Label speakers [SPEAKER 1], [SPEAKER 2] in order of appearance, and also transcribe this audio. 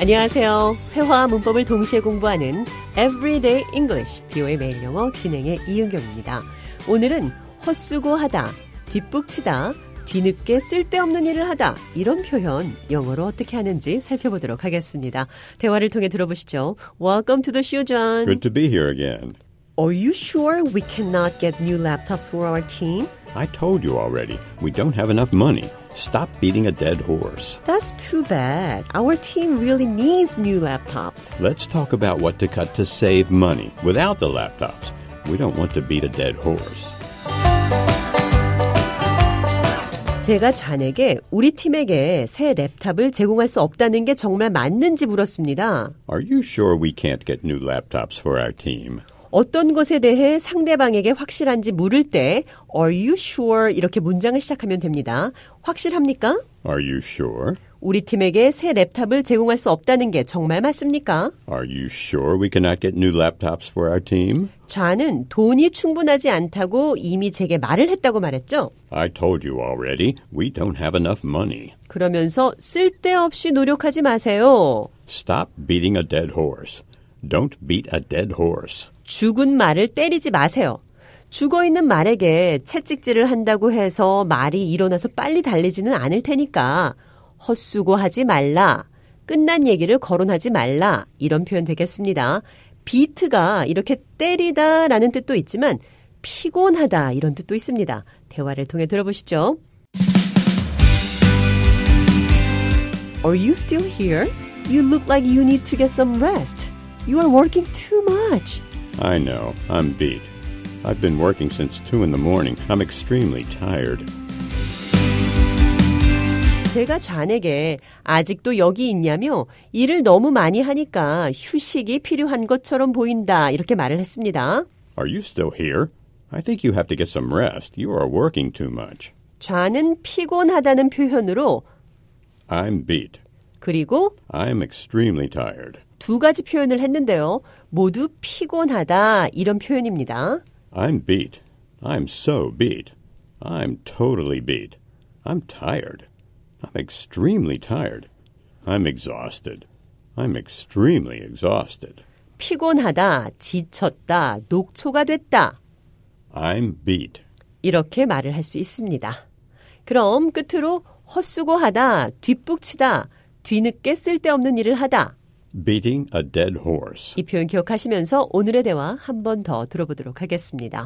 [SPEAKER 1] 안녕하세요. 회화와 문법을 동시에 공부하는 Everyday English, 비오의 매일 영어 진행의 이은경입니다. 오늘은 헛수고하다, 뒷북치다, 뒤늦게 쓸데없는 일을 하다 이런 표현 영어로 어떻게 하는지 살펴보도록 하겠습니다. 대화를 통해 들어보시죠. Welcome to the show, John.
[SPEAKER 2] Good to be here again.
[SPEAKER 1] Are you sure we cannot get new laptops for our team?
[SPEAKER 2] I told you already, we don't have enough money. Stop beating a dead horse.
[SPEAKER 1] That's too bad. Our team really needs new laptops.
[SPEAKER 2] Let's talk about what to cut to save money without the laptops. We don't want to beat a dead horse.
[SPEAKER 1] 제가 잔에게 우리 팀에게 새 랩탑을 제공할 수 없다는 게 정말 맞는지 물었습니다.
[SPEAKER 2] Are you sure we can't get new laptops for our team?
[SPEAKER 1] 어떤 것에 대해 상대방에게 확실한지 물을 때 Are you sure? 이렇게 문장을 시작하면 됩니다. 확실합니까?
[SPEAKER 2] Are you sure?
[SPEAKER 1] 우리 팀에게 새 랩탑을 제공할 수 없다는 게 정말 맞습니까?
[SPEAKER 2] Are you sure we cannot get new laptops for our team?
[SPEAKER 1] 좌는 돈이 충분하지 않다고 이미 제게 말을 했다고 말했죠.
[SPEAKER 2] I told you already, we don't have enough money.
[SPEAKER 1] 그러면서 쓸데없이 노력하지 마세요.
[SPEAKER 2] Stop beating a dead horse. Don't beat a dead horse.
[SPEAKER 1] 죽은 말을 때리지 마세요. 죽어 있는 말에게 채찍질을 한다고 해서 말이 일어나서 빨리 달리지는 않을 테니까 헛수고하지 말라. 끝난 얘기를 거론하지 말라. 이런 표현 되겠습니다. 비트가 이렇게 때리다라는 뜻도 있지만 피곤하다 이런 뜻도 있습니다. 대화를 통해 들어보시죠. Are you still here? You look like you need to get some rest. You are working too much.
[SPEAKER 2] I know, I'm beat. I've been working since 2 in the morning. I'm extremely tired.
[SPEAKER 1] 제가 좌에게 아직도 여기 있냐며 일을 너무 많이 하니까 휴식이 필요한 것처럼 보인다 이렇게 말을 했습니다.
[SPEAKER 2] Are you still here? I think you have to get some rest. You are working too much.
[SPEAKER 1] 좌는 피곤하다는 표현으로
[SPEAKER 2] I'm beat.
[SPEAKER 1] 그리고
[SPEAKER 2] I'm extremely tired.
[SPEAKER 1] 두 가지 표현을 했는데요. 모두 피곤하다 이런 표현입니다.
[SPEAKER 2] I'm beat. I'm so beat. I'm totally beat. I'm tired. I'm extremely tired. I'm exhausted. I'm extremely exhausted.
[SPEAKER 1] 피곤하다, 지쳤다, 녹초가 됐다.
[SPEAKER 2] I'm beat.
[SPEAKER 1] 이렇게 말을 할 수 있습니다. 그럼 끝으로 헛수고하다, 뒷북치다, 뒤늦게 쓸데없는 일을 하다.
[SPEAKER 2] Beating a dead horse.
[SPEAKER 1] 이 표현 기억하시면서 오늘의 대화 한 번 더 들어보도록 하겠습니다.